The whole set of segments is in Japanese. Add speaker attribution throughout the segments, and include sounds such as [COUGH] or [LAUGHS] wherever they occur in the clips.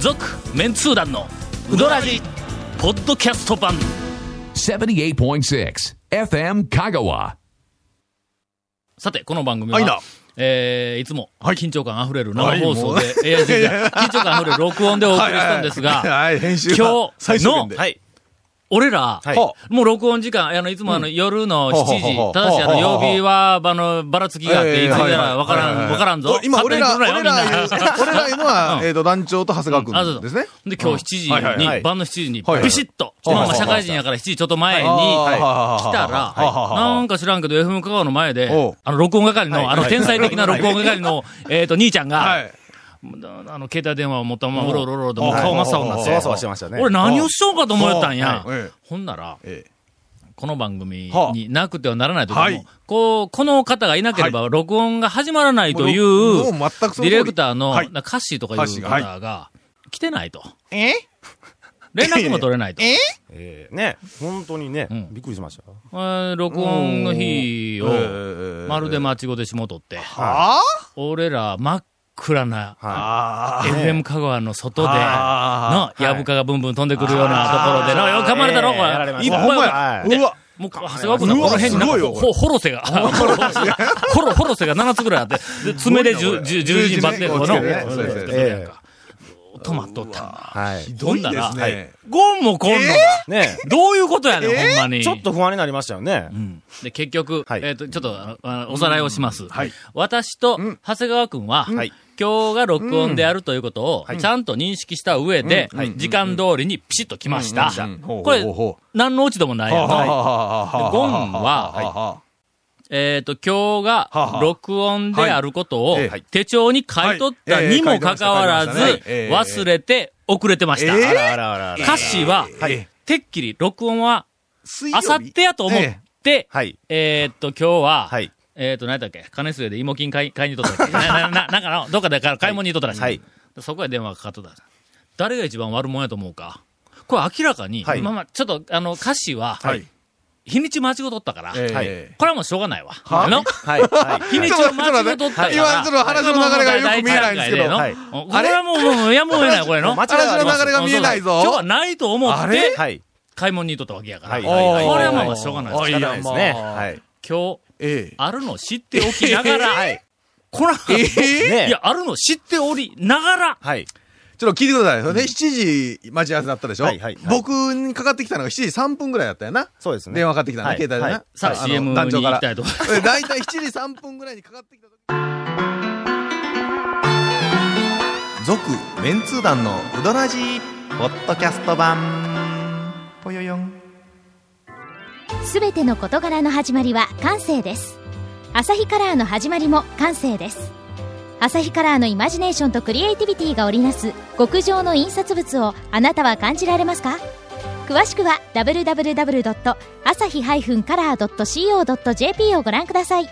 Speaker 1: 続メンツー団のウドラジポッドキャスト版
Speaker 2: 78.6 FM Kagawa.
Speaker 1: さてこの番組
Speaker 3: はいな
Speaker 1: はえー、いつも
Speaker 3: はい
Speaker 1: 緊張感あふれる生放送
Speaker 3: はいもう
Speaker 1: で、いやいやいや緊張感あふれる録音でお送りしたんです
Speaker 3: はいはいはい
Speaker 1: が
Speaker 3: はい編集は
Speaker 1: 今
Speaker 3: 最
Speaker 1: 日
Speaker 3: 終面
Speaker 1: の
Speaker 3: で
Speaker 4: はい。
Speaker 1: 俺ら、
Speaker 4: はい
Speaker 3: は
Speaker 1: もう録音時間、あの、いつもあの、夜の7
Speaker 3: ほうほうほ
Speaker 1: 時、
Speaker 3: う
Speaker 1: ただしあの、
Speaker 3: ほうほ
Speaker 1: 曜
Speaker 3: うほう
Speaker 1: 日は、あの、ばらつきがあっ
Speaker 3: え
Speaker 1: て、
Speaker 3: え
Speaker 1: いつか
Speaker 3: はい
Speaker 1: ら
Speaker 3: はい
Speaker 1: わからん、わからんぞ
Speaker 3: お。今、俺ら、
Speaker 1: 勝手
Speaker 3: 俺
Speaker 1: に来るな
Speaker 3: ら
Speaker 1: よ
Speaker 3: いう、 [LAUGHS] 俺らいうのは、えっと、団長と長谷
Speaker 1: みんなあ
Speaker 3: 川君
Speaker 1: そう
Speaker 3: です
Speaker 1: そう
Speaker 3: ね。
Speaker 1: で、今日7
Speaker 3: はいはい
Speaker 1: 時
Speaker 3: は
Speaker 1: に、
Speaker 3: い
Speaker 1: 晩の7時に、
Speaker 3: はいはい
Speaker 1: ビシッと、
Speaker 3: はいはい
Speaker 1: まあまあ社会人やから7時ちょっと前に、
Speaker 3: はいはい
Speaker 1: 来たら、
Speaker 3: はいはい
Speaker 1: なんか知らんけど、FM 香川の前で
Speaker 3: おう、
Speaker 1: あの、録音係の、あの、
Speaker 3: はい
Speaker 1: 天才的な録音係の、えっと、兄ちゃん
Speaker 3: は
Speaker 1: が、
Speaker 3: い。
Speaker 1: あの、携帯電話を持ったまま、うろうろうろうと、もう
Speaker 3: はい
Speaker 1: 顔真っ青になっ
Speaker 4: そわ
Speaker 1: て
Speaker 4: そ、わしてましたね。
Speaker 1: 俺何をしようかと思ったんや
Speaker 3: はいはい。
Speaker 1: ほんなら、
Speaker 3: ええ
Speaker 1: この番組
Speaker 3: はあ
Speaker 1: になくてはならないというか、
Speaker 3: はい
Speaker 1: もうこう、この方がいなければ録音が始まらないという、
Speaker 3: もう
Speaker 1: デ
Speaker 3: もう全くその通
Speaker 1: ィ
Speaker 3: り
Speaker 1: レクターの、
Speaker 3: はい
Speaker 1: なカッシーとかいう
Speaker 3: カッシー
Speaker 1: 方
Speaker 3: が
Speaker 1: が来てないと。
Speaker 3: え
Speaker 1: 連絡も取れないと。
Speaker 4: ええね。本当にね、びっくりしましたよ。
Speaker 1: えー録音の日
Speaker 3: え
Speaker 1: を、
Speaker 3: え
Speaker 1: まるで間違でしもとって、
Speaker 3: あ
Speaker 1: 俺ら真っ暗な、
Speaker 4: は
Speaker 3: あ
Speaker 1: FM 香川の外で、
Speaker 3: あ
Speaker 1: の、やぶかがブンブン飛んでくるようなところで、の、よ、噛まれたろ、
Speaker 4: ええ
Speaker 1: こ
Speaker 4: やら
Speaker 1: れ。
Speaker 4: れま
Speaker 1: い
Speaker 4: し
Speaker 1: ったぱい
Speaker 3: ほんま
Speaker 4: は
Speaker 3: や。
Speaker 4: いう
Speaker 3: わ。
Speaker 1: もう、長谷川君のこの辺になんか
Speaker 3: うわすごいよこ
Speaker 1: ほ、ほろせが、ほろせが、ほろ、 [LAUGHS] ほろせが7つぐらいあって、で爪で十、十、十字にバッテンこの、
Speaker 3: 十字ね
Speaker 1: そうそうそう
Speaker 4: ええ
Speaker 1: 止まっとったんだ。
Speaker 4: い。はい。
Speaker 3: ひどいで
Speaker 1: ほ
Speaker 3: す
Speaker 1: んなら
Speaker 3: ね。
Speaker 1: ゴンもこんのだ。
Speaker 4: ね
Speaker 1: どういうことやねん、ほんまに。
Speaker 4: ちょっ。と不安になりましたよね。
Speaker 1: で、結局、
Speaker 4: はい
Speaker 1: えっと、ちょっとあの、あのおさらいをします。
Speaker 3: はい
Speaker 1: 私と、長谷川君は、
Speaker 4: はい
Speaker 1: 今日が録音であるということを、ちゃんと認識した上で、時間通りにピシッと来ました。
Speaker 3: うんほう
Speaker 1: これ
Speaker 3: ほうほ、
Speaker 1: 何の落ち度もないやん。でゴンは、
Speaker 3: は
Speaker 1: えっ、と、今日
Speaker 3: は
Speaker 1: が
Speaker 3: は
Speaker 1: 録音であることを
Speaker 3: はいはい
Speaker 1: 手帳に書いとった
Speaker 3: はい
Speaker 1: にもかかわらず
Speaker 3: はいえ、ー書いてました
Speaker 1: 忘れて遅れてました。
Speaker 3: えー
Speaker 1: あら
Speaker 4: あらあらあら。
Speaker 1: 歌詞は、
Speaker 3: はい
Speaker 1: てっきり録音は
Speaker 3: 水曜
Speaker 1: あ
Speaker 3: 日
Speaker 1: さってやと思っ
Speaker 3: え
Speaker 1: て、
Speaker 4: はい。
Speaker 1: えーっと、今日は、
Speaker 4: はい
Speaker 1: えーっと、何だっけ金末で芋金買い買いに行っ
Speaker 3: [LAUGHS]
Speaker 1: とったっけななななんかの、どっかで買い買い物に行っとったらしい。
Speaker 4: はい
Speaker 1: そこへ電話がかかっとった。誰が一番悪者やと思うか。これ明らかに、
Speaker 4: はい
Speaker 1: まあまあ、ちょっと、あの、歌詞は、
Speaker 3: えはい。
Speaker 1: 日にち間違うとったから、
Speaker 3: ええ
Speaker 4: はい
Speaker 1: これはもうしょうがないわ。
Speaker 3: は [LAUGHS]
Speaker 1: の
Speaker 4: はい。はい。
Speaker 1: 日にちを間違うとったから。
Speaker 3: 今ちょっと話の流れがよく見えないんですけど
Speaker 1: この
Speaker 4: はい
Speaker 1: 問題こ
Speaker 3: [LAUGHS]
Speaker 1: れはもう、もうやむを得ない、これの。
Speaker 4: 間違いありま
Speaker 3: 話の
Speaker 4: せん
Speaker 3: 流れが見えないぞ
Speaker 1: 今日はないと思っ
Speaker 3: あ
Speaker 1: て
Speaker 3: れ、
Speaker 4: はい。
Speaker 1: 買い物に行っとったわけやから。
Speaker 4: はい
Speaker 1: こ
Speaker 4: はいはい
Speaker 1: れはまあしょうがない
Speaker 3: あ
Speaker 1: です
Speaker 3: い
Speaker 4: 仕
Speaker 3: や
Speaker 4: 方ないですね。はい。
Speaker 1: 今日、
Speaker 3: ええ。
Speaker 1: あるの知っておきながら、こら、
Speaker 3: え
Speaker 4: ね
Speaker 1: いや、あるの知っておりながら、
Speaker 4: はい。
Speaker 3: ちょっと聞いてください。それね、7時待ち合わせだったでしょ
Speaker 4: はいはいはい
Speaker 3: 僕にかかってきたのが7時3分ぐらいだったよな。
Speaker 4: そうですね。
Speaker 3: 電話かかってきたの
Speaker 4: は
Speaker 3: ね、
Speaker 4: い
Speaker 3: 携帯で
Speaker 4: はい
Speaker 3: な。
Speaker 1: さあ
Speaker 3: あの
Speaker 1: CM に
Speaker 3: 団長から
Speaker 1: 行きた
Speaker 3: [LAUGHS]
Speaker 1: いと思いま
Speaker 3: 大体7時3分ぐらいにかかってきた時。
Speaker 5: 続メンツー団のウドラジポッドキャスト版ぽよよん
Speaker 6: すべての事柄の始まりは感性ですアサヒカラーの始まりも感性ですアサヒカラーのイマジネーションとクリエイティビティが織りなす極上の印刷物をあなたは感じられますか詳しくは www.asahi-color.co.jp をご覧ください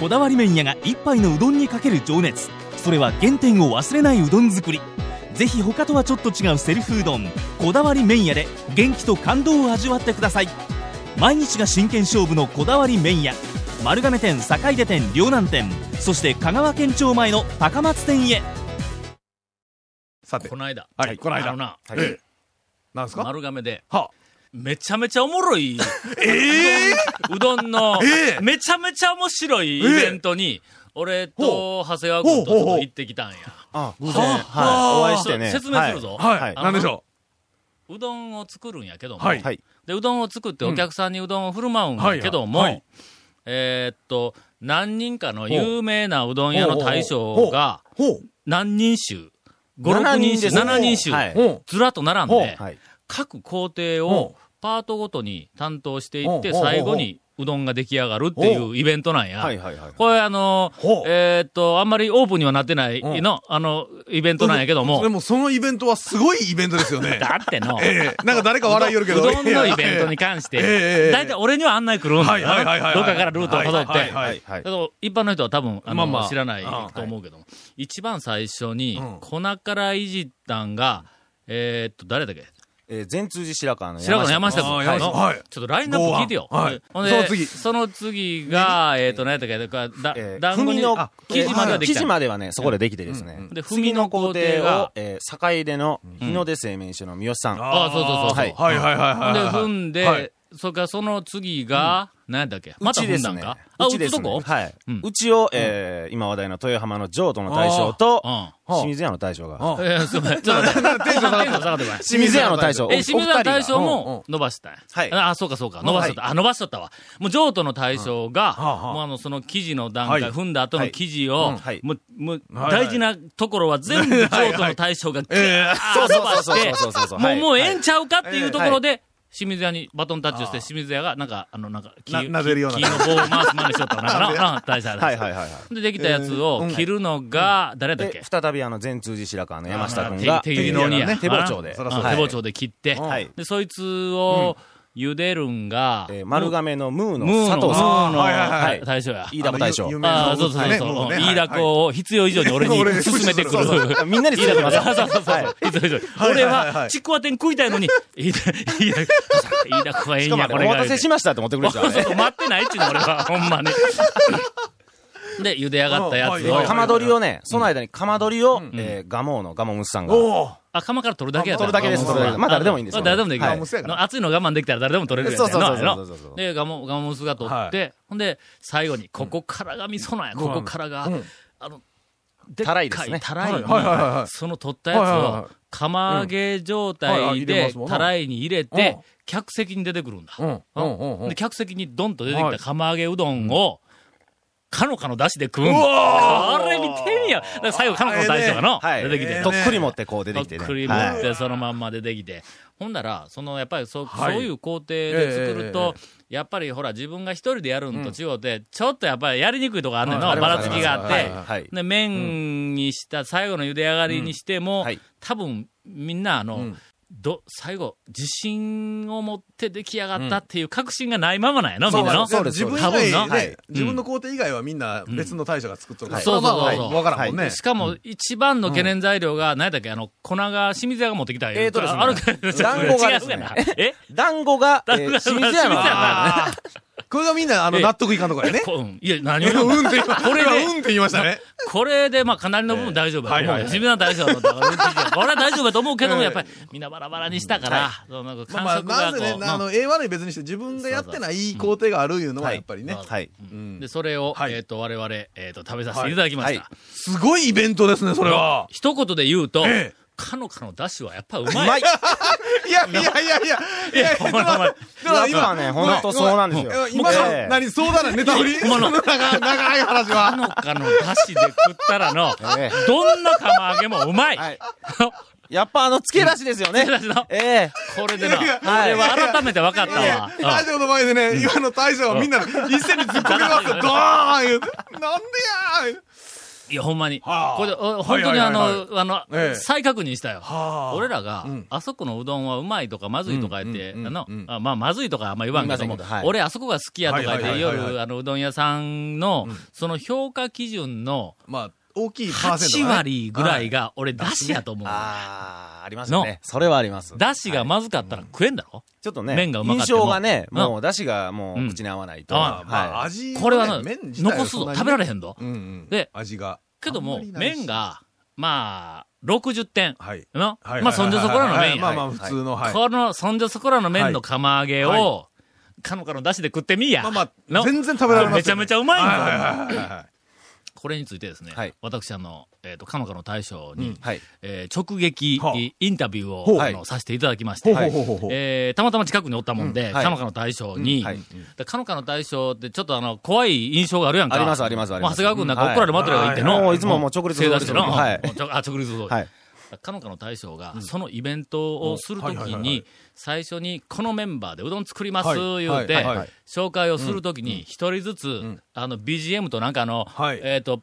Speaker 7: こだわり麺屋が一杯のうどんにかける情熱それは原点を忘れないうどん作りぜひ他とはちょっと違うセルフうどんこだわり麺屋で元気と感動を味わってください毎日が真剣勝負のこだわり麺屋丸亀店坂出店両南店そして香川県庁前の高松店へ
Speaker 3: さて
Speaker 1: こ、の間、
Speaker 3: はいこの間
Speaker 1: あのな、
Speaker 3: ええなんですか
Speaker 1: 丸亀で、
Speaker 3: は
Speaker 1: めちゃめちゃおもろい、
Speaker 3: [LAUGHS] ええ
Speaker 1: うどんの
Speaker 3: ええ、
Speaker 1: めちゃめちゃ面白いイベントに、俺と長谷川君とちょっと行ってきたんや。
Speaker 4: あ、偶然。
Speaker 3: は
Speaker 4: はい。お会いしてね。
Speaker 1: 説明するぞ。
Speaker 3: はい。
Speaker 4: はい
Speaker 3: なんでしょ
Speaker 1: うどんを作るんやけども、
Speaker 3: は
Speaker 4: はい。はい。
Speaker 1: で、うどんを作ってお客さんにうどんを振る舞うん
Speaker 3: は
Speaker 1: や
Speaker 3: い
Speaker 1: けども、
Speaker 3: はい
Speaker 1: えーっと、何人かの有名なうどん屋の大将が、
Speaker 3: う。ほう。
Speaker 1: 何人衆、5、6人衆、7人衆、
Speaker 4: はい。
Speaker 3: ほう。
Speaker 1: ずらっと並んで、
Speaker 4: はい。
Speaker 1: 各工程
Speaker 3: ほ
Speaker 1: をパートごとに担当していって、
Speaker 3: ほうほうほう
Speaker 1: 最後にうどんが出来上がるっていうイベントなん
Speaker 4: はい。
Speaker 1: や。
Speaker 4: はい。はい。
Speaker 1: これあの
Speaker 3: ほう、
Speaker 1: えーっと、あんまりオープンにはなってない
Speaker 3: うん
Speaker 1: の、あの、イベントなんやけど
Speaker 3: で
Speaker 1: も、
Speaker 3: もそのイベントはすごいイベントですよ
Speaker 1: [LAUGHS]
Speaker 3: ね。
Speaker 1: だっ
Speaker 3: [LAUGHS]
Speaker 1: ての、
Speaker 3: ええなんか誰か笑いよるけど。
Speaker 1: うどんのイベントに関し
Speaker 3: えええええ
Speaker 1: て、
Speaker 3: え
Speaker 1: 大体俺には案内来るん
Speaker 3: [LAUGHS]
Speaker 1: だ
Speaker 3: はいはいはい
Speaker 1: よ
Speaker 3: はいは
Speaker 1: な。
Speaker 3: い
Speaker 1: どっかからルートを辿っ
Speaker 3: はいはい
Speaker 1: て
Speaker 3: は。
Speaker 4: はい。は
Speaker 1: だ
Speaker 4: い
Speaker 1: け。ど一般の人は多分、あの、
Speaker 3: まあまあ
Speaker 1: 知らない
Speaker 3: あ
Speaker 1: と思うけども、一番最初に
Speaker 3: うん、
Speaker 1: 粉からいじったんが、えーっと、誰だっけ
Speaker 4: えー善通寺白川の
Speaker 1: 白川の山下君。
Speaker 4: の
Speaker 1: はい
Speaker 4: はい
Speaker 1: ち
Speaker 3: はい
Speaker 1: ょっとラインナップ聞いてよ。
Speaker 3: 剛腕はい
Speaker 1: ほんで
Speaker 3: その次
Speaker 1: その次が、えっと、何やったっけか、だ
Speaker 4: えー、
Speaker 1: 団子
Speaker 4: 踏み
Speaker 1: に、
Speaker 4: の
Speaker 1: あ生地まではでき
Speaker 4: 生
Speaker 1: た
Speaker 4: 地。まではね、そこでできてですね。
Speaker 1: で
Speaker 4: 次の工程
Speaker 1: 踏みの工程が
Speaker 4: を、えー、坂出の日の出製麺所の三好さん。
Speaker 1: ああ、そうそうそうそう。
Speaker 4: はい
Speaker 3: はいはいはい
Speaker 1: ほん
Speaker 3: はい
Speaker 1: で、
Speaker 3: はい。
Speaker 1: 踏ん
Speaker 3: は
Speaker 1: で
Speaker 3: い、
Speaker 1: それからその次が、何やったっけまた踏んだんかあ、
Speaker 4: う
Speaker 1: 打
Speaker 4: ち
Speaker 1: つ
Speaker 4: です
Speaker 1: と
Speaker 4: ね
Speaker 1: こ
Speaker 4: はい
Speaker 1: うん。
Speaker 4: うちを、えー今話題の豊浜の譲渡の大将と、
Speaker 3: うん
Speaker 4: 清水屋の大将が。
Speaker 3: あ
Speaker 1: いや、すごい。ちょっと待って。テンション下がってこない。
Speaker 4: 清水屋の大将。
Speaker 1: え、清水屋の大将
Speaker 4: お二人が
Speaker 1: も伸ばしたんや
Speaker 4: はい
Speaker 1: あ、そうかそうか。伸ばしとった。あ、伸ばしとったわ。もう譲渡の大将が、
Speaker 3: はあはあ
Speaker 1: もうあの、その記事の段
Speaker 3: は
Speaker 1: 階、
Speaker 3: い
Speaker 1: 踏んだ後の記事
Speaker 4: う
Speaker 1: を
Speaker 4: んはい、
Speaker 1: もう、もう、
Speaker 3: はいはい
Speaker 1: 大事なところは全部譲渡の大将が、ギャー
Speaker 4: うん
Speaker 1: 伸ば
Speaker 4: そう
Speaker 1: し
Speaker 4: そ
Speaker 1: て
Speaker 4: うそうそうそ、う
Speaker 1: も
Speaker 4: は
Speaker 1: う、
Speaker 4: い
Speaker 1: もうええんちゃうかっていうところで、清水屋にバトンタッチをして、清水屋が、なんか、あの、なんか、木
Speaker 3: ななでるような
Speaker 1: 木の棒を回すまでしとったの
Speaker 4: [LAUGHS]
Speaker 1: かな。うん大将
Speaker 4: はいはいはいはい。
Speaker 1: で、できたやつを切るのが、誰だっけ
Speaker 4: で、再びあの、善通寺白川の山下君
Speaker 1: あ
Speaker 4: が、
Speaker 1: 手手切りの鬼や
Speaker 4: 手包丁で。
Speaker 1: あ
Speaker 4: はい
Speaker 1: 手包丁で切って、
Speaker 4: はい
Speaker 1: で、そいつを茹でるんが、
Speaker 4: えー丸亀のムー
Speaker 1: ムー
Speaker 4: の
Speaker 1: の
Speaker 4: 佐藤さん。
Speaker 1: ムーの
Speaker 3: はいはいはい
Speaker 1: 大将や。
Speaker 4: 飯田も大将
Speaker 3: あの。有名な
Speaker 1: ああ、そうそうそうそう。
Speaker 3: もうね
Speaker 1: 飯田子を必要以上に俺に
Speaker 3: 俺
Speaker 1: 勧めてくる。
Speaker 3: そう
Speaker 4: みんなに伝えてます。
Speaker 1: あ [LAUGHS] そうそうそう
Speaker 4: はい
Speaker 1: 必要以上に
Speaker 3: いはい
Speaker 1: 俺
Speaker 3: はい
Speaker 1: は、ちくわ天食いたいのに、飯田、飯田、飯田子がええ
Speaker 4: し
Speaker 1: ん
Speaker 4: かも
Speaker 1: や、
Speaker 4: あれ
Speaker 1: こ
Speaker 4: お
Speaker 1: れが。
Speaker 4: 待たせしましたって持ってくるでしょ
Speaker 1: [LAUGHS]
Speaker 4: あれ
Speaker 1: そう待ってないっちゅうの、俺は。ほんまに。で、茹で上がったやつ
Speaker 3: うんはい
Speaker 1: を
Speaker 3: は
Speaker 4: か
Speaker 3: い、
Speaker 4: まどりをね、その間にかまどりを、えー、ガモーのガモムスさんが。
Speaker 3: おお
Speaker 1: あ、釜から取るだけやった
Speaker 4: 取るだけです
Speaker 1: あ
Speaker 4: 取るだけまあ誰でもいいんですよ
Speaker 1: 誰でもできる。
Speaker 4: はい
Speaker 1: あの熱いの我慢できたら誰でも取れるやつや
Speaker 4: そうそうそうそう
Speaker 1: なあれ
Speaker 4: そうそうそ
Speaker 1: な
Speaker 4: う
Speaker 1: で、ガモ、ガモスが取って、ほんで、最後に、ここからが味噌なんや、ここからが、あの、でっ
Speaker 4: た
Speaker 1: からい
Speaker 4: いですね
Speaker 1: たらいに
Speaker 3: はいはいはいはい
Speaker 1: その取ったやつ
Speaker 3: はいはいは
Speaker 1: を、釜揚げ状
Speaker 3: うんはいは
Speaker 1: 態
Speaker 3: い入れま
Speaker 1: です
Speaker 3: もん、な
Speaker 1: たらいに入れ
Speaker 3: う
Speaker 1: て
Speaker 3: ん、
Speaker 1: 客席に出てくるんだ。
Speaker 3: うんうんうんうん
Speaker 1: で、客席にドンと出てき
Speaker 3: は
Speaker 1: た
Speaker 3: い
Speaker 1: 釜揚げうどんを、かのかの出汁で食うんだ。これ見てみよ。だから最後、かのかの大将がの、
Speaker 4: はい。
Speaker 1: 出てきて、
Speaker 4: とっくり持ってこう出てきてね。
Speaker 1: クリ
Speaker 4: は
Speaker 1: ーム
Speaker 4: い
Speaker 1: ってそのまんま出てきて、ほんなら、そのやっぱりそ,、
Speaker 3: はい
Speaker 1: そういう工程で作ると
Speaker 3: え、
Speaker 1: やっぱりほら、自分が一人でやるんと違うて、ちょっとやっぱりやりにくいとこあんねんの、
Speaker 3: はい
Speaker 1: ばらつきがあっ
Speaker 4: は
Speaker 1: て
Speaker 4: い、はい。
Speaker 1: で麺にした、最後の茹で上がりにしても、
Speaker 4: はい
Speaker 1: 多分みんな、あの、
Speaker 3: うん
Speaker 1: ど最後、自信を持って出来上がったっていう確信がないままなんやの、みんなの。
Speaker 4: そうです
Speaker 3: 自分以
Speaker 1: 多分
Speaker 3: 外
Speaker 1: な
Speaker 3: ね
Speaker 4: はい
Speaker 3: 自分の工程以外はみんな別の大将が作っとるから。
Speaker 1: そうそうそう
Speaker 3: まあまあわからんもんね。
Speaker 1: しかも、一番の懸念材料が、何やったっけ、あの、粉が清水屋が持ってきた
Speaker 4: えーとですね
Speaker 1: あるけど、
Speaker 4: 団子がで
Speaker 1: 違う
Speaker 4: すね
Speaker 1: やなえ
Speaker 4: 団子が、え
Speaker 1: 団子が
Speaker 4: ー清水屋の
Speaker 1: 清水屋の
Speaker 4: あ
Speaker 3: これがみんなあの
Speaker 1: ええ
Speaker 3: 納得いかんとこやね。
Speaker 1: こうんいや、何を言う
Speaker 3: う
Speaker 1: の
Speaker 3: んって言いました。
Speaker 1: これ
Speaker 3: 今
Speaker 1: で
Speaker 3: うんって言いましたね。
Speaker 1: これで、まあ、かなりの部分大丈夫だと思うよ。
Speaker 3: はいはいはい
Speaker 1: 清水屋の大丈夫だと思う。これは大丈夫だと思うけども、やっぱり、みんなバラバラにしたから、そのなんか
Speaker 3: まあ
Speaker 1: 感
Speaker 3: まあ、な
Speaker 1: 触がこ
Speaker 3: ぜ
Speaker 1: う、
Speaker 3: ね、
Speaker 1: まあ
Speaker 3: あの、A 悪い別にして自分がやってない工程があるいうのはやっぱりね。
Speaker 4: の [LAUGHS] はい。
Speaker 3: うん
Speaker 1: で、それを、
Speaker 3: はい
Speaker 1: えっ、と、我々、えっ、と、食べさせていただきました。
Speaker 4: はいはい
Speaker 3: すごいイベントですね、それは。
Speaker 1: 一言で言うと、
Speaker 3: ええ
Speaker 1: かのかの出汁はやっぱうま
Speaker 4: う
Speaker 1: い。 [LAUGHS]
Speaker 4: まい。
Speaker 3: いやいやいやいや。いや、
Speaker 1: ほんまに
Speaker 4: やっぱね、ほんとそうなんですよ。
Speaker 3: 今
Speaker 4: ええ
Speaker 3: の、何、そうだな、ネタ振り
Speaker 1: 今の
Speaker 3: そ長長い話
Speaker 1: か
Speaker 3: は。
Speaker 1: のかの出汁で食ったらの、
Speaker 4: ええ
Speaker 1: どんな釜揚げもうまい。
Speaker 4: はいやっぱあの、付け出しですよね。
Speaker 1: 出汁の
Speaker 4: ええ
Speaker 1: これでな、
Speaker 3: いやいや
Speaker 1: これは改めて分かっ
Speaker 3: い
Speaker 1: た
Speaker 3: やいや
Speaker 1: わ。
Speaker 3: 大将の前でね、今の大将がみんな一斉に突っ込みました。ドーン言うて、なんでやー
Speaker 1: うんいや、ほんまに。
Speaker 3: はあ
Speaker 1: これで、お本当に
Speaker 3: は
Speaker 1: あ
Speaker 3: いはいはいは
Speaker 1: の、あの
Speaker 3: え、え
Speaker 1: 再確認したよ。
Speaker 3: はあ
Speaker 1: 俺らが
Speaker 3: うん、
Speaker 1: あそこのうどんはうまいとかまずいとか言って、あ
Speaker 3: うんうん
Speaker 1: の
Speaker 3: うんうん、
Speaker 1: あまあ、まずいとかあんま言わんけども
Speaker 4: 言いませんけどは、い
Speaker 1: 俺あそこが好きやとか言っ
Speaker 3: は
Speaker 1: て、
Speaker 3: いはいはいはい
Speaker 1: 夜、あの、うどん屋さんの、その評価基準の
Speaker 3: まあ、大きいパーセント、ね。
Speaker 1: 8割ぐらいが、俺、だしやと思う。
Speaker 4: あー、ありますよね。それはあります。
Speaker 1: だしがまずかったら食えんだろ
Speaker 4: ちょっとね、
Speaker 1: 麺がうまかっ
Speaker 4: 印
Speaker 1: ても
Speaker 4: 象がね、
Speaker 1: うん
Speaker 4: もう、出汁がも
Speaker 1: うん
Speaker 4: う、口に合わないと。
Speaker 1: 合
Speaker 3: まあ、
Speaker 1: わ
Speaker 3: まあ、
Speaker 4: はい。
Speaker 3: 味、
Speaker 1: これはな
Speaker 3: ね麺自体
Speaker 1: 残すぞ。食べられへんぞ
Speaker 3: へん。。うんうん。
Speaker 1: で
Speaker 3: 味が。
Speaker 1: けど
Speaker 3: あん
Speaker 1: も
Speaker 3: まり、ないし
Speaker 1: 麺、が、まあ、60点。
Speaker 3: はい。
Speaker 1: の
Speaker 3: はい
Speaker 1: まあ、そんじょそこらの
Speaker 3: はい
Speaker 1: 麺や。
Speaker 3: まあまあ、普通の、はい。
Speaker 1: この、そんじょそこらの麺の釜揚げを、
Speaker 3: は
Speaker 1: かのかの出汁で食ってみいや。
Speaker 3: まあまあ、
Speaker 1: の
Speaker 3: 全然食べられます、ね。
Speaker 1: めちゃめちゃうまいんだ、
Speaker 3: はいはいはいはい。
Speaker 1: これについてですね、
Speaker 4: はい
Speaker 1: 私、あの、えっ、と、かのかの大将に、
Speaker 4: はい。
Speaker 1: えー直撃、
Speaker 3: はあ
Speaker 1: インタビューを、
Speaker 3: ほう
Speaker 1: あのさせていただきまして、
Speaker 3: ほうほうほうほうほう
Speaker 1: えーたまたま近くにおったもんで、
Speaker 4: はい
Speaker 1: かのかの大将に、
Speaker 4: うんはい
Speaker 1: でかのかの大将ってちょっとあの、怖い印象があるやんか。
Speaker 4: ありますありますあります
Speaker 1: もう長谷川君なんか怒られまってるがいっての、
Speaker 4: はいもういつももう直立
Speaker 1: 正座しての、
Speaker 4: はい
Speaker 1: もうちょあ、直立通り。
Speaker 4: はい。
Speaker 1: かのかの大将が、そのイベントをすると
Speaker 3: うんはいは
Speaker 1: き
Speaker 3: いはいは
Speaker 1: に、最初にこのメンバーでうどん作ります、
Speaker 3: はい
Speaker 1: 言う
Speaker 3: は
Speaker 1: て
Speaker 3: いはいはい、
Speaker 1: 紹介をするときに、一人ずつ、あの、BGM となんかあの
Speaker 3: はい、
Speaker 1: えっと、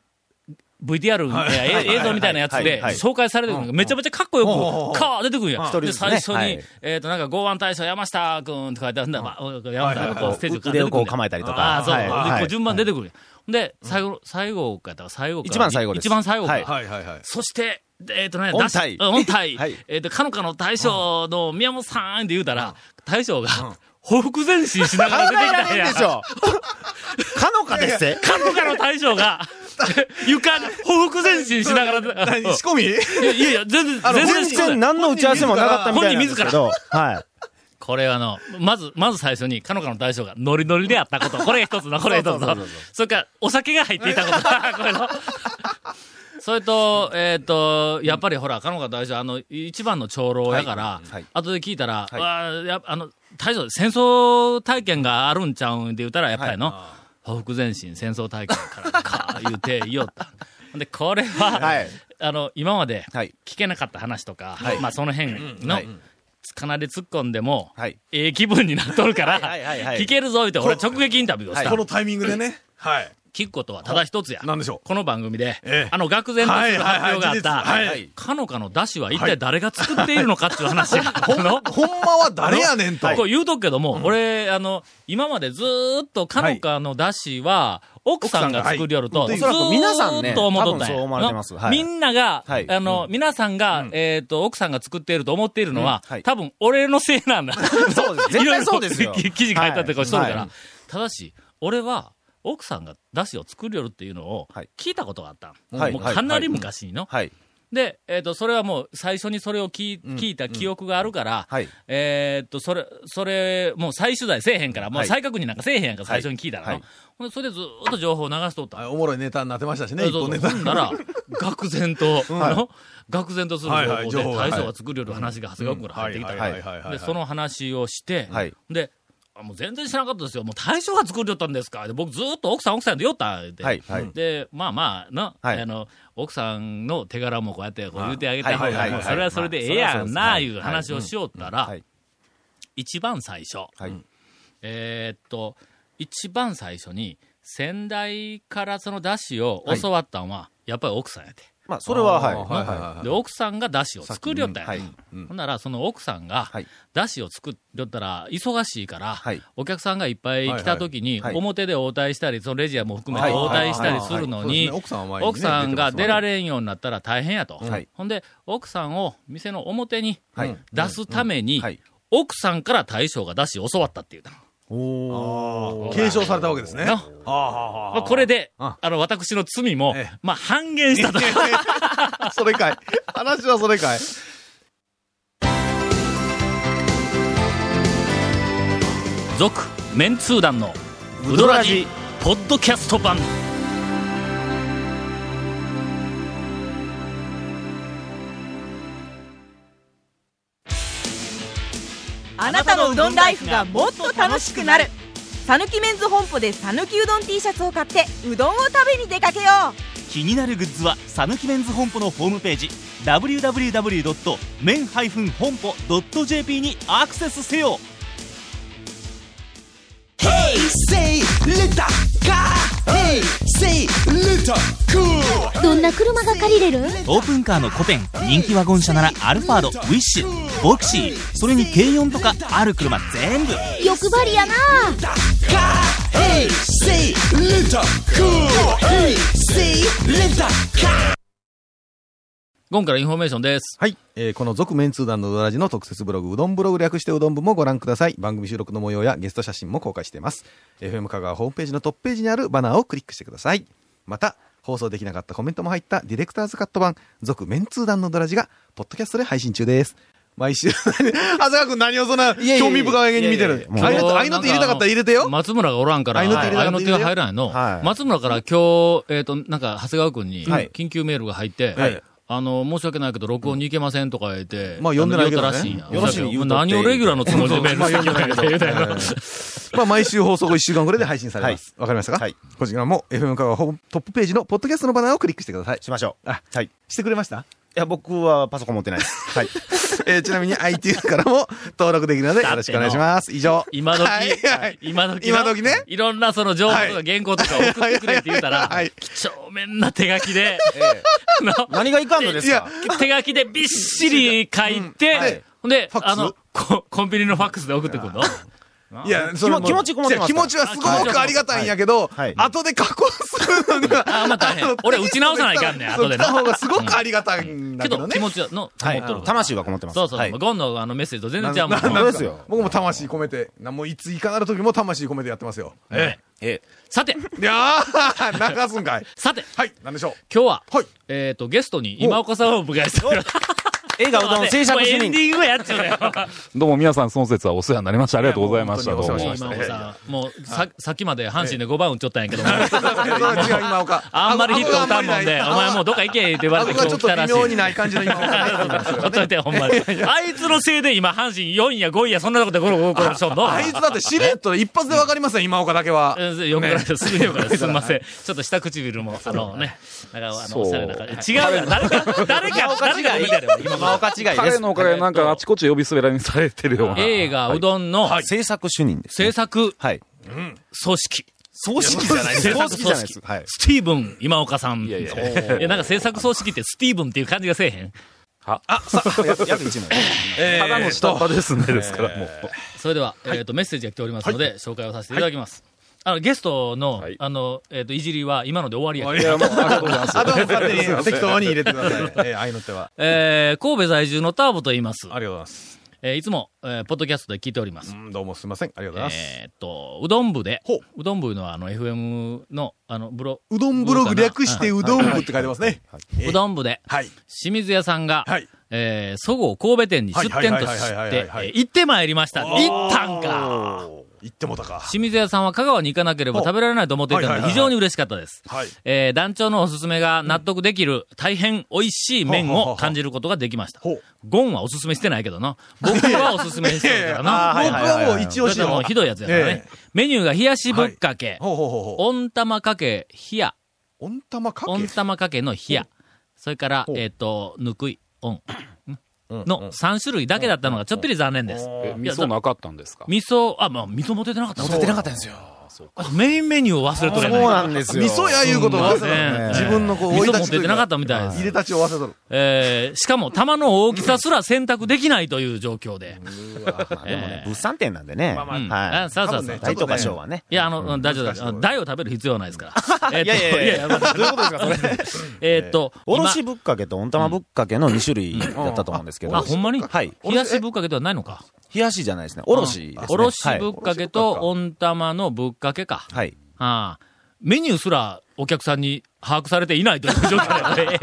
Speaker 1: VTR、
Speaker 3: はい
Speaker 1: えー映像みたいなやつ
Speaker 4: はいは
Speaker 1: で
Speaker 4: いはい
Speaker 1: 紹介されてくるのがめちゃめちゃかっこ
Speaker 3: うんうんうんう
Speaker 1: よ
Speaker 3: ん
Speaker 1: く、かー出てくるん
Speaker 3: うん
Speaker 1: や。
Speaker 3: 一
Speaker 4: 人
Speaker 1: で、
Speaker 4: ずつね
Speaker 1: 最初
Speaker 4: は
Speaker 1: に
Speaker 4: い、
Speaker 1: えっと、なんか、剛腕大将山下君とかって書いてあるんだ、まあ山下君こうステージ
Speaker 4: こう
Speaker 1: から
Speaker 4: 腕
Speaker 1: 出
Speaker 4: を
Speaker 1: てく
Speaker 4: こ
Speaker 1: る
Speaker 4: う構えたりとか。
Speaker 1: ああ、そう。
Speaker 4: はい
Speaker 1: で
Speaker 4: は
Speaker 1: こ
Speaker 4: いう
Speaker 1: 順番出てくるんや。ほんで、最後の、最後かやったら最後か
Speaker 4: 一番最後です
Speaker 1: 一番最後か。
Speaker 4: はい
Speaker 3: はいはいはい。
Speaker 1: そして、えっ、と、ね、
Speaker 4: 音
Speaker 1: だし
Speaker 4: 体
Speaker 1: うん音体。
Speaker 4: はい
Speaker 1: えっ、と、かのかの大将の宮本さんって言うたら、大将が、ほふく前進しながら
Speaker 4: 考
Speaker 1: 出て
Speaker 4: え
Speaker 1: き
Speaker 4: ら
Speaker 1: たん
Speaker 4: れん
Speaker 1: や。
Speaker 4: [LAUGHS] でしょ [LAUGHS] かのかですって
Speaker 1: かのかの大将が、床にほふく前進しながら、い
Speaker 3: 何仕込み
Speaker 1: やいやいや、全然、全然
Speaker 4: 全然何の打ち合わせもなかったみたいなんですけど。はい。
Speaker 1: これはあの、まず、まず最初に、かのかの大将がノリノリであったこと。これが一つの、これが一つ
Speaker 4: そうそ
Speaker 1: の
Speaker 4: うそうそう。
Speaker 1: それから、お酒が入っていた
Speaker 4: [LAUGHS]
Speaker 1: こと。これの。それと、えっ、と、やっぱりほら、かのかの大将、あの、一番の長老やから、
Speaker 4: はいはい
Speaker 1: 後で聞いたら、
Speaker 4: はい
Speaker 1: わあやあの、大将、戦争体験があるんちゃうんで言うたら、やっぱりの、ほふく前進戦争体験からか、言うて、言お
Speaker 4: [LAUGHS]
Speaker 1: った。ほんで、これは、
Speaker 4: はい
Speaker 1: あの、今まで、
Speaker 4: はい。
Speaker 1: 聞けなかった話とか、
Speaker 4: はい
Speaker 1: まあその辺の、
Speaker 4: はい
Speaker 1: かなり突っ込んでも、
Speaker 4: はい
Speaker 1: ええ気分になっとるから、
Speaker 4: はいはいはいはい
Speaker 1: 聞けるぞ、って俺直撃インタビューをした。
Speaker 3: このタイミングでね。はい。
Speaker 1: 聞くことはただ一つや。
Speaker 3: 何でしょう
Speaker 1: この番組で、
Speaker 3: ええ
Speaker 1: あの、愕然とする発表があった、
Speaker 3: はいはい
Speaker 4: はい事実はい
Speaker 1: かのかの出汁は一体誰が作っているのかっていう話や。あの
Speaker 3: ほんまは誰やねんと。
Speaker 1: こう言うとくけども、俺、あの、今までずーっとかのかの出汁は、奥さんが作りよると、
Speaker 4: はい
Speaker 1: ずーっ
Speaker 4: おそらく皆さんね
Speaker 1: と思っとったんや
Speaker 4: 多分そう思われてますはい
Speaker 1: みんなが、
Speaker 4: はい
Speaker 1: あの、皆さんが、えっ、と、奥さんが作っていると思っているのは、
Speaker 4: うんはい
Speaker 1: 多分俺のせいなんだ。。
Speaker 4: そうです。 [LAUGHS] 絶対そうですよ
Speaker 1: [LAUGHS] 記事書いたってこうしとるから。
Speaker 4: はい
Speaker 1: ただし、俺は、奥さんが出汁を作りよるっていうのを
Speaker 4: はい
Speaker 1: 聞いたことがあった。
Speaker 4: はい
Speaker 1: もうかなり昔にの。
Speaker 4: はい。
Speaker 1: で、えっ、と、それはもう最初にそれを聞い聞いた記憶があるから、
Speaker 4: はい
Speaker 1: えっ、と、それ、それ、もう再取材せえへんから、もう
Speaker 4: はい
Speaker 1: 再確認なんかせえへんやんか、最初に聞いたらな、
Speaker 4: はい
Speaker 1: ほんで、それでずーっと情報を流しとった。
Speaker 3: はいおもろいネタになってましたしね、
Speaker 1: そう
Speaker 3: 一
Speaker 1: そう
Speaker 3: 本ネタ。
Speaker 1: ほんなら、愕然
Speaker 4: [LAUGHS]
Speaker 1: と、あの愕然とする
Speaker 3: はいはい
Speaker 1: 情
Speaker 3: 情
Speaker 1: 報
Speaker 3: 報
Speaker 1: で、
Speaker 3: が
Speaker 1: 大将が作りよる話が長谷川君から入ってきた。
Speaker 4: はい
Speaker 1: で、その話をして、
Speaker 4: はい
Speaker 1: で、あもう全然知らなかったですよ。もう大将が作りよったんですか。で僕ずーっと奥さん奥さんで言おったって。
Speaker 4: はいはい
Speaker 1: で、まあまあ、な、
Speaker 4: はい
Speaker 1: あの、奥さんの手柄もこうやってこう言うてあげた
Speaker 4: はい
Speaker 1: 方
Speaker 4: はい
Speaker 1: が、
Speaker 4: はい
Speaker 1: もう
Speaker 4: はい
Speaker 1: それはそれでええやん
Speaker 4: ま
Speaker 1: な、
Speaker 4: あ
Speaker 1: いう話をしよったら
Speaker 4: はい、
Speaker 1: 一番最初、
Speaker 4: はい。
Speaker 1: えーっと、一番最初に、先代からその出汁を
Speaker 4: はい
Speaker 1: 教わったんは、やっぱり奥さんやて。
Speaker 4: まあ、それは、はい。
Speaker 3: はいはいはい
Speaker 1: で、奥さんが出汁を作りよったんや。
Speaker 4: はい
Speaker 1: ほんなら、その奥さんが、
Speaker 4: はい。
Speaker 1: 出汁を作りょったら、忙しいから、
Speaker 4: はい
Speaker 1: お客さんがいっぱい来た時に、
Speaker 4: はいはい
Speaker 1: 表で応対したり、そのレジアも含め
Speaker 4: は
Speaker 1: て
Speaker 4: い
Speaker 1: 応対したりする
Speaker 3: はいは
Speaker 1: のに、
Speaker 3: いはいはいそうですね奥さんは前にね
Speaker 1: 奥さんが出られんようになったら大変やと。
Speaker 4: はい
Speaker 1: ほんで、奥さんを店の表に
Speaker 4: はい
Speaker 1: 出すために、
Speaker 4: はい
Speaker 1: 奥さんから大将が出汁を教わったっていうたの
Speaker 3: おー継承されたわけですね。
Speaker 1: な
Speaker 3: あーは
Speaker 1: まあ、これで、あ
Speaker 3: あ
Speaker 1: の、私の罪も
Speaker 3: ええ、
Speaker 1: まあ、半減したと。
Speaker 3: ーはー [LAUGHS] それかい。話はそれかい。
Speaker 1: 続、メンツー団の、ウドラジ、ポッドキャスト版。
Speaker 8: あなたのうどんライフがもっと楽しくなるさぬきメンズ本舗でさぬきうどん T シャツを買ってうどんを食べに出かけよう
Speaker 7: 気になるグッズはさぬきメンズ本舗のホームページ www.men-honpo.jp にアクセスせよ
Speaker 6: どんな車が借りれる
Speaker 7: オープンカーの古典人気ワゴン車ならアルファードウィッシュボクシーそれに軽4とかある車全部
Speaker 6: 欲張りやな
Speaker 1: 今からインフォメーションです。
Speaker 5: はい。えーこの続メンツー団のうどらじの特設ブログ、うどんブログ略してうどん部もご覧ください。番組収録の模様やゲスト写真も公開しています。FM 香川ホームページのトップページにあるバナーをクリックしてください。また、放送できなかったコメントも入ったディレクターズカット版、続メンツー団のうどらじが、ポッドキャストで配信中です。毎週、 [LAUGHS]
Speaker 3: 長谷川君何をそんない
Speaker 5: やいや
Speaker 3: 興味深いげに見て
Speaker 5: いやい
Speaker 3: る。
Speaker 5: や
Speaker 3: あ
Speaker 5: いや
Speaker 3: いの手あいの手入れたかったら入れてよ。
Speaker 1: 松村がおらんから、
Speaker 5: 合いの手入れた
Speaker 1: あいの手が入らないの。
Speaker 5: はい
Speaker 1: 松村から今日、えっ、と、なんか、長谷川君に、
Speaker 5: はい
Speaker 1: 緊急メールが入って、
Speaker 5: はい
Speaker 1: あの、申し訳ないけど、録音に行けませんとか言って、
Speaker 5: まあ呼んでないけど
Speaker 1: 言っ
Speaker 5: ね
Speaker 1: たらしいんや。
Speaker 5: よろしい
Speaker 1: もう
Speaker 5: 言うとって
Speaker 1: 何をレギュラーのつもりでメールしてきたんや言うたんや
Speaker 5: まあ、毎週放送後1週間ぐらいで配信されます。わ、かりましたか
Speaker 4: はい
Speaker 5: こちらも FM 香川ホームトップページのポッドキャストのバナーをクリックしてください。
Speaker 4: しましょう。
Speaker 5: あ
Speaker 4: はい。い
Speaker 5: してくれました
Speaker 4: や、僕はパソコン持ってないです。
Speaker 1: [LAUGHS]
Speaker 4: はい。
Speaker 5: [LAUGHS] えーちなみに iTunes からも登録できるのでよろしくお願いします。以上。
Speaker 1: 今時、
Speaker 5: はいはい
Speaker 1: 今時
Speaker 5: 今時ね
Speaker 1: いろんなその情報とか
Speaker 5: はい
Speaker 1: 原稿とか送ってくれって言うたら、
Speaker 5: はい
Speaker 1: 几帳面な手書きで、あの
Speaker 4: 何がいかんのですか
Speaker 1: 手書きでびっしり書いて、
Speaker 5: はい
Speaker 1: ほんで、
Speaker 5: ファックス
Speaker 1: あの、こコンビニのファックスで送ってくるの
Speaker 5: いや、それも
Speaker 4: 気持ちこもってます
Speaker 5: いや気持ちはすごくありがたいんやけど、
Speaker 4: はいはい
Speaker 5: 後で加工するのには、
Speaker 1: あまあ大変
Speaker 5: [LAUGHS] の
Speaker 1: 俺打ち直さないかんねん
Speaker 5: そう
Speaker 1: 後でな
Speaker 5: 来た方がすごくありがたいんだ
Speaker 1: け
Speaker 5: けど
Speaker 1: ど
Speaker 5: ね。
Speaker 1: 気持ちの、
Speaker 4: は
Speaker 1: 思っとる
Speaker 4: い。。魂がこもってます。
Speaker 1: そうそう
Speaker 4: は
Speaker 1: そ。。
Speaker 4: いう
Speaker 1: ゴンのあのメッセージと全然違うもん。
Speaker 5: なな
Speaker 4: 本当ですよ
Speaker 5: [LAUGHS] 僕も魂込めて、なんもいついかなる時も魂込めてやってますよ。
Speaker 1: え
Speaker 4: ええ
Speaker 1: えさて、
Speaker 5: いやー、流すんかい。
Speaker 1: さて、
Speaker 5: はい、なんでしょ
Speaker 1: 今日は、
Speaker 5: はい
Speaker 1: えっ、と、ゲストに今岡さんをお迎えしております
Speaker 4: 映画う
Speaker 1: [LAUGHS]
Speaker 4: どん制作主
Speaker 1: もうエンデ
Speaker 4: 任。
Speaker 1: ィングはやっちゃうね。
Speaker 9: どうも皆さん、孫節はお世話になりました。ありがとうございました。
Speaker 5: いやも
Speaker 9: ど
Speaker 5: う
Speaker 9: う
Speaker 5: 本当
Speaker 9: も
Speaker 5: にお世。話
Speaker 1: 今岡
Speaker 5: しま
Speaker 1: さん、もうささっきまで阪神で5番打っちゃったんやけども、
Speaker 5: う。それは違う、今岡。
Speaker 1: あんまりヒット打たんもんで、お
Speaker 5: 顎
Speaker 1: 前もうどっか行けって言われて
Speaker 5: 顎
Speaker 1: 今日
Speaker 5: がちょっ
Speaker 1: 来
Speaker 5: と
Speaker 1: たら
Speaker 5: 微
Speaker 1: しい。
Speaker 5: 妙にない感じの今岡に
Speaker 1: [LAUGHS]
Speaker 5: なってます
Speaker 1: ほ
Speaker 5: よ
Speaker 1: っと
Speaker 5: ね
Speaker 1: いて、ほんまに。あいつのせいで今、阪神4位や5位や、そんなとこでゴロゴロゴロしょんの。
Speaker 5: あいつだってシルエットで一発でわかりますよ、今岡だけは。
Speaker 1: うんよくないです。すぐよくないです。すみません。ちょっと下唇も、あのね、なんか、あの、
Speaker 9: そう
Speaker 1: おしゃれな感じ。違うな誰か、誰か、誰か見てる
Speaker 4: 今岡違いで
Speaker 9: 彼
Speaker 4: す。
Speaker 9: のおかげでなんかあちこち呼び滑らにされてるような。
Speaker 1: 映画、うどんの
Speaker 4: 制作主任です。
Speaker 1: 制作
Speaker 4: はい。
Speaker 1: 組織。
Speaker 4: 葬式じゃない
Speaker 1: 制
Speaker 4: 葬
Speaker 1: 作
Speaker 4: 式じ
Speaker 1: 組
Speaker 4: ゃないです
Speaker 1: 織。。
Speaker 4: はい。
Speaker 1: スティーブン、今岡さん。い
Speaker 9: いや
Speaker 1: や、
Speaker 9: いや。
Speaker 1: なんか制作組織ってスティーブンっていう感じがせえへん。
Speaker 4: 約1名。
Speaker 9: ただの下っ端ですね、ですからもう。
Speaker 1: それでは、えっと、メッセージが来ておりますので、紹介をさせていただきます。あの、ゲストの
Speaker 9: はい、
Speaker 1: あの、えっと、いじりは今ので終わりやけど
Speaker 9: いや、もうありがとうございます。
Speaker 5: あとは勝手に適当に入れてください。えー、愛の手は。
Speaker 1: えー神戸在住のターボと言います。
Speaker 5: ありがとうございます。
Speaker 1: えーいつも、えーポッドキャストで聞いております。
Speaker 5: うんどうもすいません。ありがとうございます。
Speaker 1: えーっと、うどん部で
Speaker 5: ほ、
Speaker 1: うどん部のあの FM の、あの、ブロ、
Speaker 5: うどんブログ略して
Speaker 1: う
Speaker 5: うどん部って書いてますね。え
Speaker 1: うどん部で、
Speaker 5: はい。
Speaker 1: 清水屋さんが、
Speaker 5: はい
Speaker 1: えー、そごう神戸店に出店と
Speaker 5: はいはい
Speaker 1: し
Speaker 5: はいはい
Speaker 1: て、
Speaker 5: は
Speaker 1: え
Speaker 5: いはい
Speaker 1: ー行ってまいりました。行ったんか
Speaker 5: 行ってもたか。
Speaker 1: 清水屋さんは香川に行かなければ食べられないと思っていた
Speaker 5: はい
Speaker 1: の
Speaker 5: はい
Speaker 1: で、
Speaker 5: はい
Speaker 1: 非常に嬉しかったです。
Speaker 5: はい。
Speaker 1: えー団長のおすすめが納得できる、大変美味しい麺
Speaker 5: ほうほうほ
Speaker 1: を
Speaker 5: う
Speaker 1: 感じることができました
Speaker 5: ほう。
Speaker 1: ゴンはおすすめしてないけどな。僕はおすすめしてるからな。
Speaker 5: 僕はもう一
Speaker 1: ちょっ
Speaker 5: 押し
Speaker 1: とも
Speaker 5: の
Speaker 1: う。ひどいやつやからね。メニューが冷やしぶっかけ、
Speaker 5: ほうほうほうほう。
Speaker 1: 温玉かけ、冷や、
Speaker 5: 温玉かけ
Speaker 1: 温玉かけの冷や、それから、えっ、と、ぬくい、温の3種類だけだったのがちょっぴり残念です。
Speaker 9: え味噌なかったんですか
Speaker 1: 味噌、あ、まあ、味噌も出てなかった。
Speaker 4: 出なかったんですよ。
Speaker 1: あメインメニューを忘れと
Speaker 4: そう
Speaker 1: れない。
Speaker 4: なんですよ。
Speaker 5: 味噌やいうことを忘れた
Speaker 1: うん
Speaker 5: ね。自分のこう、
Speaker 1: 味
Speaker 5: 生い
Speaker 1: 噌
Speaker 5: 立
Speaker 1: も出
Speaker 5: ちとい
Speaker 1: て
Speaker 5: う
Speaker 1: な
Speaker 5: か
Speaker 1: かったみたいです
Speaker 5: 入。れたちを忘れとる。
Speaker 1: えーしかも玉の大きさすら選択できないという状況で。
Speaker 4: まあでもね
Speaker 1: え、え
Speaker 4: 物産展なんでね。
Speaker 1: うん
Speaker 4: は
Speaker 1: あ
Speaker 4: い。
Speaker 1: そうそう
Speaker 5: 多分
Speaker 1: そう
Speaker 5: ね。
Speaker 4: 大とか小はね。
Speaker 1: いや、あの、うん大丈夫
Speaker 5: 難しいと
Speaker 1: だ。
Speaker 5: 思う
Speaker 1: 大を食べる必要はないですから。えーっと
Speaker 4: いやいやいや
Speaker 1: いやいや
Speaker 4: どういうことですか、それ。
Speaker 1: えーっと、
Speaker 4: おろ
Speaker 1: 今
Speaker 4: しぶっかけと温玉ぶっかけの2種類だったと思うんですけど。
Speaker 1: あ、ほんまに
Speaker 4: はい。
Speaker 1: 冷やしぶっかけではないのか。
Speaker 4: 冷やしじゃないですね。おろしですね。
Speaker 1: おろしぶっ
Speaker 4: は
Speaker 1: かけと温玉のぶっかけか。
Speaker 4: いはい。
Speaker 1: ああメニューすらお客さんに把握されていないという状況で、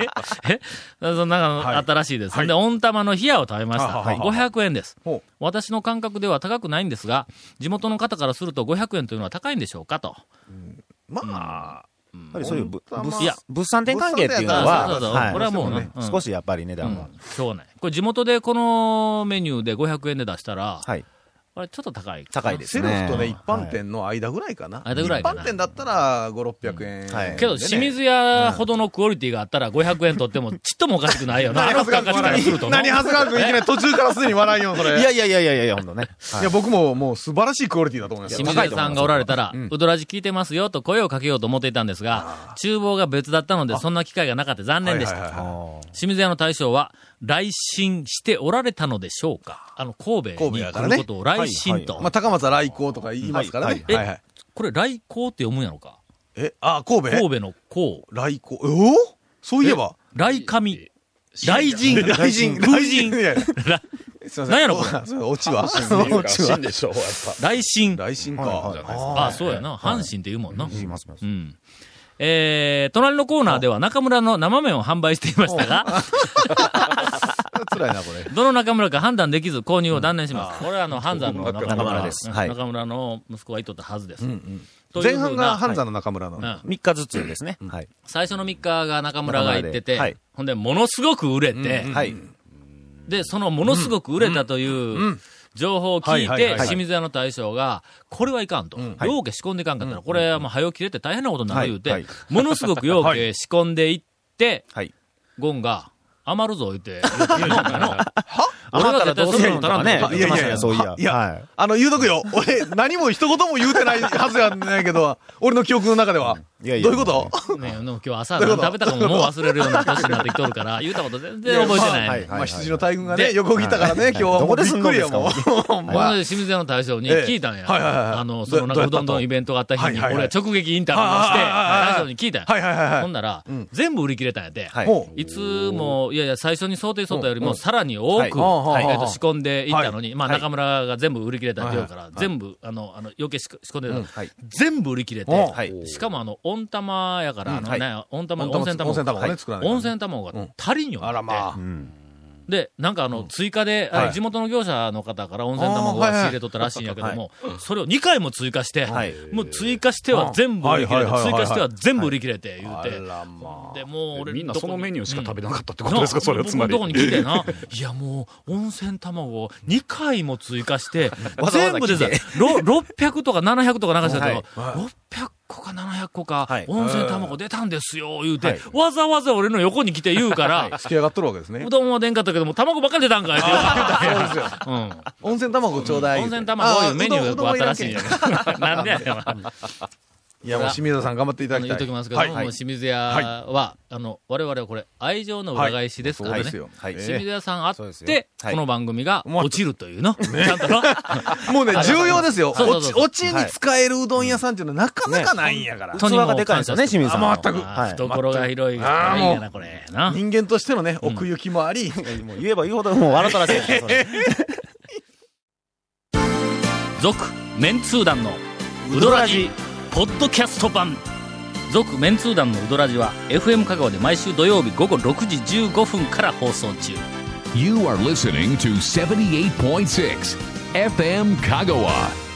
Speaker 1: え [LAUGHS] えそんなのがあったらしいです。で、温玉の冷やを食べました。
Speaker 5: はい
Speaker 1: 500円です
Speaker 5: ほ。
Speaker 1: 私の感覚では高くないんですが、地元の方からすると500円というのは高いんでしょうかと。
Speaker 5: まあ、
Speaker 4: やっぱりそういうぶ
Speaker 5: 温玉
Speaker 4: 物
Speaker 1: いや
Speaker 4: 物産展関係っていうの
Speaker 1: 物産展やったらそうそうそう
Speaker 4: は、
Speaker 1: これはもうねうん
Speaker 4: 少しやっぱり値
Speaker 1: う
Speaker 4: 段は
Speaker 1: ん。、しょうがない。これ地元でこのメニューで500円で出したら、
Speaker 4: はい。
Speaker 1: これちょっと高い。
Speaker 4: 高いで
Speaker 5: セ
Speaker 4: す
Speaker 5: ルフとね、一般
Speaker 4: はい
Speaker 5: 店の間ぐらいかな。
Speaker 1: 間ぐらい
Speaker 5: 一
Speaker 1: かな
Speaker 5: 般店だったら、5、600円でね。
Speaker 4: はい
Speaker 1: けど、清水屋ほどのクオリティがあったら500円取ってもちっともおかしくないよな。あの価値からするとな
Speaker 5: 何、長谷川君いきなり途中からすでに笑いよ、それ。
Speaker 4: いやいやいやいやいや、ほんとね。
Speaker 5: いや、僕ももう素晴らしいクオリティだと思います
Speaker 1: 清
Speaker 5: よ。
Speaker 1: 水屋さんがおられたら、うどらじ聞いてますよと声をかけようと思っていたんですが、厨房が別だったので、そんな機会がなかった残念でし
Speaker 5: はいはいはい
Speaker 1: た。
Speaker 5: は
Speaker 1: 清水屋の大将は、来信しておられたのでしょうかあの、神戸に
Speaker 5: 神戸やか
Speaker 1: 来
Speaker 5: ら
Speaker 1: る
Speaker 5: ね
Speaker 1: ことを来信
Speaker 5: い
Speaker 1: と
Speaker 5: まあ、。高松は来航とか言いますからね。
Speaker 1: はい
Speaker 5: はいはい。
Speaker 1: これ、来航って読むんやろか
Speaker 5: え、あ、神戸
Speaker 1: 神戸の航。
Speaker 5: 来航。おおそういえば。
Speaker 1: 来神。来
Speaker 5: [LAUGHS]
Speaker 1: 神。
Speaker 5: 来神。
Speaker 1: 風神。
Speaker 5: [LAUGHS] いやい
Speaker 1: [LAUGHS]
Speaker 5: や
Speaker 1: ら
Speaker 5: すいません。
Speaker 1: 何やろこれ
Speaker 5: れ。 [LAUGHS] それ落ちは。落ちは。
Speaker 9: でしょう、やっ
Speaker 1: 来信。
Speaker 5: 来神
Speaker 4: はいはい
Speaker 5: か。
Speaker 1: ああ、そうやな。阪神って言うもんな。
Speaker 4: いますいます
Speaker 1: うん。えー、隣のコーナーでは中村の生麺を販売していましたが、
Speaker 5: 辛いな、これ。
Speaker 1: [LAUGHS] どの中村か判断できず購入を断念します。これはあの、半山の中村
Speaker 4: 中村ですはい
Speaker 1: 中村の息子がいとったはずです。とい
Speaker 5: [LAUGHS] 前
Speaker 1: うふうな
Speaker 5: 半が半山の中村の。
Speaker 1: うん
Speaker 4: 3日ずつですね。はい。
Speaker 1: 最初の3日が中村が行ってて、
Speaker 4: 中村ではい
Speaker 1: ほんで、ものすごく売れて、
Speaker 4: はい。
Speaker 1: で、そのものすごく売れたという情報を聞い
Speaker 5: はいはい
Speaker 1: て、
Speaker 5: はい
Speaker 1: 清水屋の大将が、これはいかんと。ようけ仕込んでいかんかったら、これはもう早起きれて大変なことになる言う
Speaker 4: は
Speaker 1: て
Speaker 4: いは、
Speaker 1: ものすごくようけ仕込んでいって、
Speaker 4: はい。
Speaker 1: ゴンが、余るぞ、言って。言うてんの俺
Speaker 4: 余
Speaker 1: が
Speaker 4: っ
Speaker 1: 絶対
Speaker 4: たらどう
Speaker 1: そん
Speaker 4: す
Speaker 1: な
Speaker 4: る
Speaker 1: の
Speaker 4: の
Speaker 1: 頼ん
Speaker 4: とか
Speaker 1: でる。
Speaker 4: ね言ってましたね、そういや
Speaker 5: は。いや、
Speaker 4: はい
Speaker 5: あの、言うとくよ。俺、何も一言も言うてないはずやないけど、俺の記憶の中では。
Speaker 4: いやい
Speaker 5: ど
Speaker 4: や
Speaker 5: ういうこと
Speaker 1: ね、でも今日朝何食べたかももう忘れるような年になってきとるから、言うたこと全然覚えてない。
Speaker 4: はい
Speaker 5: まあ、羊の大群が
Speaker 1: で
Speaker 5: ね、横切ったからね、今日は
Speaker 4: ど
Speaker 5: もう
Speaker 4: こ
Speaker 5: び
Speaker 4: で
Speaker 5: っ
Speaker 4: 住ん
Speaker 5: く
Speaker 4: どん
Speaker 5: り
Speaker 4: で
Speaker 5: よ、
Speaker 4: すか
Speaker 5: もう。ほん
Speaker 1: この
Speaker 5: ま
Speaker 1: 清水屋の大将に
Speaker 5: ええ
Speaker 1: 聞いたんや。
Speaker 5: はいはいはいはい
Speaker 1: あの、そのなんか
Speaker 5: どどうやった
Speaker 1: うどんのイベントがあった日
Speaker 5: はい
Speaker 1: に、
Speaker 5: はいは
Speaker 1: 俺
Speaker 5: い
Speaker 1: は直撃インタビューをして、
Speaker 5: はいはいはいはい
Speaker 1: 大将に聞いたんや。
Speaker 5: はいはいはい
Speaker 1: ほ
Speaker 5: は
Speaker 1: ん
Speaker 5: い。
Speaker 1: なら
Speaker 5: ん、
Speaker 1: 全部売り切れたんやて。
Speaker 4: はい
Speaker 5: ほ
Speaker 1: いつも、いやいや、最初に想定しとったよりも、さらに多く、
Speaker 5: うんはい
Speaker 1: 意外と仕込んでいったのに、まあ
Speaker 5: はい
Speaker 1: 中村が全部売り切れたって言うから、全部、あの、あの、余計仕込んで
Speaker 5: う
Speaker 1: た
Speaker 5: ん
Speaker 1: の
Speaker 5: はい。
Speaker 1: 全部売り切れて、
Speaker 5: お
Speaker 4: はい
Speaker 1: しかもあの、温玉やから、あの
Speaker 5: はい
Speaker 1: ね、温玉、
Speaker 5: 温玉
Speaker 1: 温泉卵。
Speaker 5: 温泉卵ね
Speaker 1: はい
Speaker 5: 作らないとね
Speaker 1: 温泉卵が足りんようになっ
Speaker 5: あ
Speaker 1: て。
Speaker 5: らまあ。
Speaker 1: で、なんかあの、追加で、あれ
Speaker 5: はい
Speaker 1: 地元の業者の方から温泉卵は仕入れとったらしいんやけども、それを2回も追加して
Speaker 4: はい、
Speaker 1: もう追加しては全部売り切れて、
Speaker 5: はいはいはいはい
Speaker 1: 追加しては全部売り切れて、言う
Speaker 5: あ
Speaker 1: て。
Speaker 5: らま
Speaker 1: で、もう俺、
Speaker 9: みんなそのメニューしか食べ
Speaker 1: な
Speaker 9: なかったって
Speaker 1: い
Speaker 9: ことですか、それはつまり。
Speaker 1: どこに来てな。いや、もう、温泉卵を2回も追加して、
Speaker 4: わざわざ来て
Speaker 1: 全部でさ、ろ600とか700とか流してたけど、
Speaker 5: はい
Speaker 1: 600個か700個か
Speaker 4: はい、
Speaker 1: 温泉卵出たんですよ、言うて、
Speaker 4: はい
Speaker 1: わざわざ俺の横に来て言うから、
Speaker 5: あ。突き上がっとるわけですね
Speaker 1: う。どんは出んかったけども、卵ばっかり出たんかいって言
Speaker 5: [LAUGHS]
Speaker 1: われて
Speaker 5: 温泉卵ちょうだ
Speaker 1: う
Speaker 5: い。
Speaker 1: ん。温泉卵こういうメニューがこうあったらしいんや
Speaker 5: よ。
Speaker 1: けど。なんでやねん。 [LAUGHS] あ
Speaker 5: いや、もう清水さん頑張っていただ
Speaker 1: の
Speaker 5: き
Speaker 1: 言
Speaker 5: た
Speaker 1: っとき
Speaker 5: い。
Speaker 1: ますけども、
Speaker 5: はい
Speaker 1: 清水屋は、あの、我々はこれ、愛情の裏返しですから
Speaker 5: そ
Speaker 1: ね。
Speaker 5: うですよ。
Speaker 4: はい
Speaker 1: 清水屋さんあっ
Speaker 4: そうですよ
Speaker 1: て、
Speaker 4: はい
Speaker 1: この番組が落ちると
Speaker 4: [LAUGHS]
Speaker 1: いうの。ちゃんとの。
Speaker 5: もうね、重要ですよ。
Speaker 1: そうそう
Speaker 5: 落
Speaker 1: そう
Speaker 5: ち
Speaker 1: そう
Speaker 5: 落ちに使えるうどん屋さんっていうのはなかなかないんやから。
Speaker 1: とに
Speaker 4: 器
Speaker 1: も
Speaker 4: がでかいですよね、清水さんは。
Speaker 5: 全く
Speaker 1: まあ
Speaker 4: はい
Speaker 1: 懐が広いからいいんやな、これ。な。
Speaker 5: 人間としてのね、奥行きもあり、
Speaker 4: もう言えば言うほどもう笑ったらしいですねそれ。
Speaker 1: 続メンツー団のウドラジポッドキャスト版続メンツー団のウドラジは FM 香川で毎週土曜日午後6時15分から放送中
Speaker 2: You are listening to 78.6 FM Kagawa.